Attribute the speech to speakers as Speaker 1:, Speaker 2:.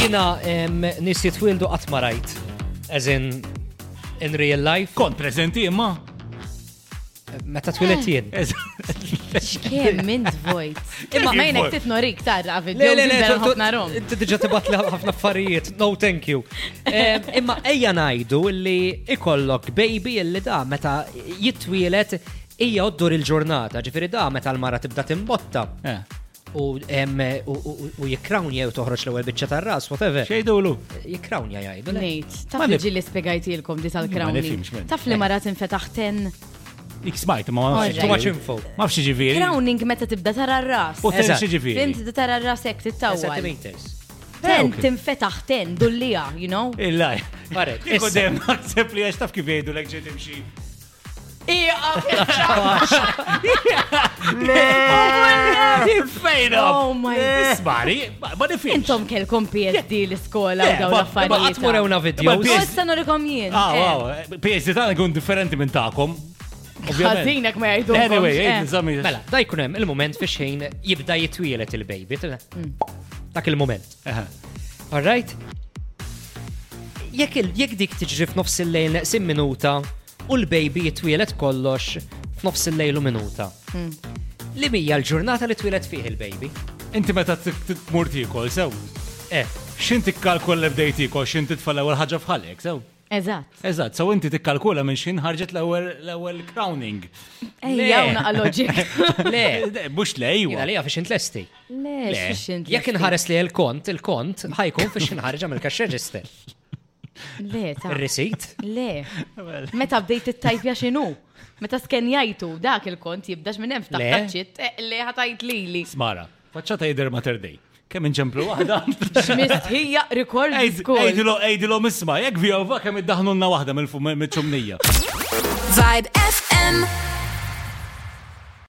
Speaker 1: Jina em, nis jitwildu għatma rajt. As in, in real life.
Speaker 2: Kont prezenti imma.
Speaker 1: Meta twilet jien.
Speaker 2: Ez-
Speaker 3: X'kien mint vojt. Imma ma jgħinek titnorik tarra
Speaker 1: Le,
Speaker 3: video
Speaker 1: le, le,
Speaker 3: jinbera
Speaker 1: tu-
Speaker 3: ħafna
Speaker 1: tu-
Speaker 3: rom.
Speaker 1: Inti diġa tibat li ħafna affarijiet. No, thank you. Em, Imma ejja najdu li ikollok baby illi da meta jitwilet ija oddur il-ġurnata. Ġifiri da meta l-mara tibda timbotta.
Speaker 2: Eh,
Speaker 1: U em, u- u- u jikrawnja u toħroġ l-ewel bicċa tar-ras, whatever.
Speaker 2: Xejdu lu.
Speaker 1: Jikrawnja jgħidu. le.
Speaker 3: Nejt, taf
Speaker 2: Ma
Speaker 3: li
Speaker 2: nif-
Speaker 3: ġili spiegajti ilkom di
Speaker 2: Ma Eh.
Speaker 3: tal-crowni.
Speaker 2: nifhimx, man.
Speaker 3: Taf li marat infetaħten.
Speaker 2: Ik smajt ma ma
Speaker 1: Too much info.
Speaker 2: Mafx ġifiri.
Speaker 3: Crowning meta tibda tara r-ras.
Speaker 2: U ten
Speaker 1: Eżatt.
Speaker 2: ġifiri. Eh,
Speaker 3: Fint tara r-ras jek tittawal.
Speaker 1: Centimeters.
Speaker 3: Ten
Speaker 2: ok.
Speaker 3: tinfetaħ ten, dullija, you know?
Speaker 2: Illaj.
Speaker 1: Marek,
Speaker 2: Iku
Speaker 1: issa.
Speaker 2: dem naħseb li għax taf kif jgħidu l-ek ġiet imxi. Fejn
Speaker 3: Oh my god.
Speaker 2: Ismari, Eh, ma ma nifimx.
Speaker 3: Intom kelkom PSD l-iskola u
Speaker 2: Yeah,
Speaker 3: daw
Speaker 1: Ma
Speaker 2: ma-
Speaker 3: l-affarijiet.
Speaker 1: għatmu rewna
Speaker 2: Ma
Speaker 1: videos.
Speaker 2: bis-
Speaker 3: Issa norikom jien.
Speaker 2: Ah,
Speaker 3: eh.
Speaker 2: wow. PSD tagħna jkun differenti minn tagħkom. ovvjament.
Speaker 3: Ħażinek ma jgħidu.
Speaker 2: Anyway, eh, nżammi.
Speaker 1: Mela, da jkun hemm il-moment fiex ħin jibda jitwielet il-baby. tibda- Dak il-moment.
Speaker 2: Eħe.
Speaker 1: All right? Jekk il- jekk dik tiġri f'nofs il-lejl neqsim minuta u l-baby jitwielet kollox f'nofs il-lejl u minuta. Li mija l-ġurnata li twilet fih il-baby?
Speaker 2: Inti meta t- t- tmur tikol, sew.
Speaker 1: Eh,
Speaker 2: Xin tikkalkula l-bdej tikol, xin titfall ewwel ħaġa fħalek, sew.
Speaker 3: Eżatt.
Speaker 2: Eżatt, sew inti tikkalkula minn xin ħarġet l-ewwel l-ewwel crowning.
Speaker 1: Le.
Speaker 3: Ejja, una għal-loġik.
Speaker 1: le,
Speaker 2: Eh, Mux le,
Speaker 1: jina
Speaker 2: jwa.
Speaker 1: li fiex intlesti.
Speaker 3: Le, xfixint.
Speaker 1: Jekk inħares li l-kont, il-kont ħajkun fiex inħarġa mill-kax reġister.
Speaker 3: Le, ta.
Speaker 1: Il-receipt?
Speaker 3: Le. Meta bdejt it-tajpja xinu? Meta skenjajtu dak il-kont jibdax minn hemm
Speaker 1: Le.
Speaker 3: f'taħtaċċiet. Le, ħatajt lili.
Speaker 2: Smara, faċċata jider Mater Day. Kemm inċemplu waħda?
Speaker 3: Xmist hija record school.
Speaker 2: Ejdilom, ejdilom isma, jek vjova kemm iddaħnunna waħda mill-ċumnija.
Speaker 4: Vibe FM.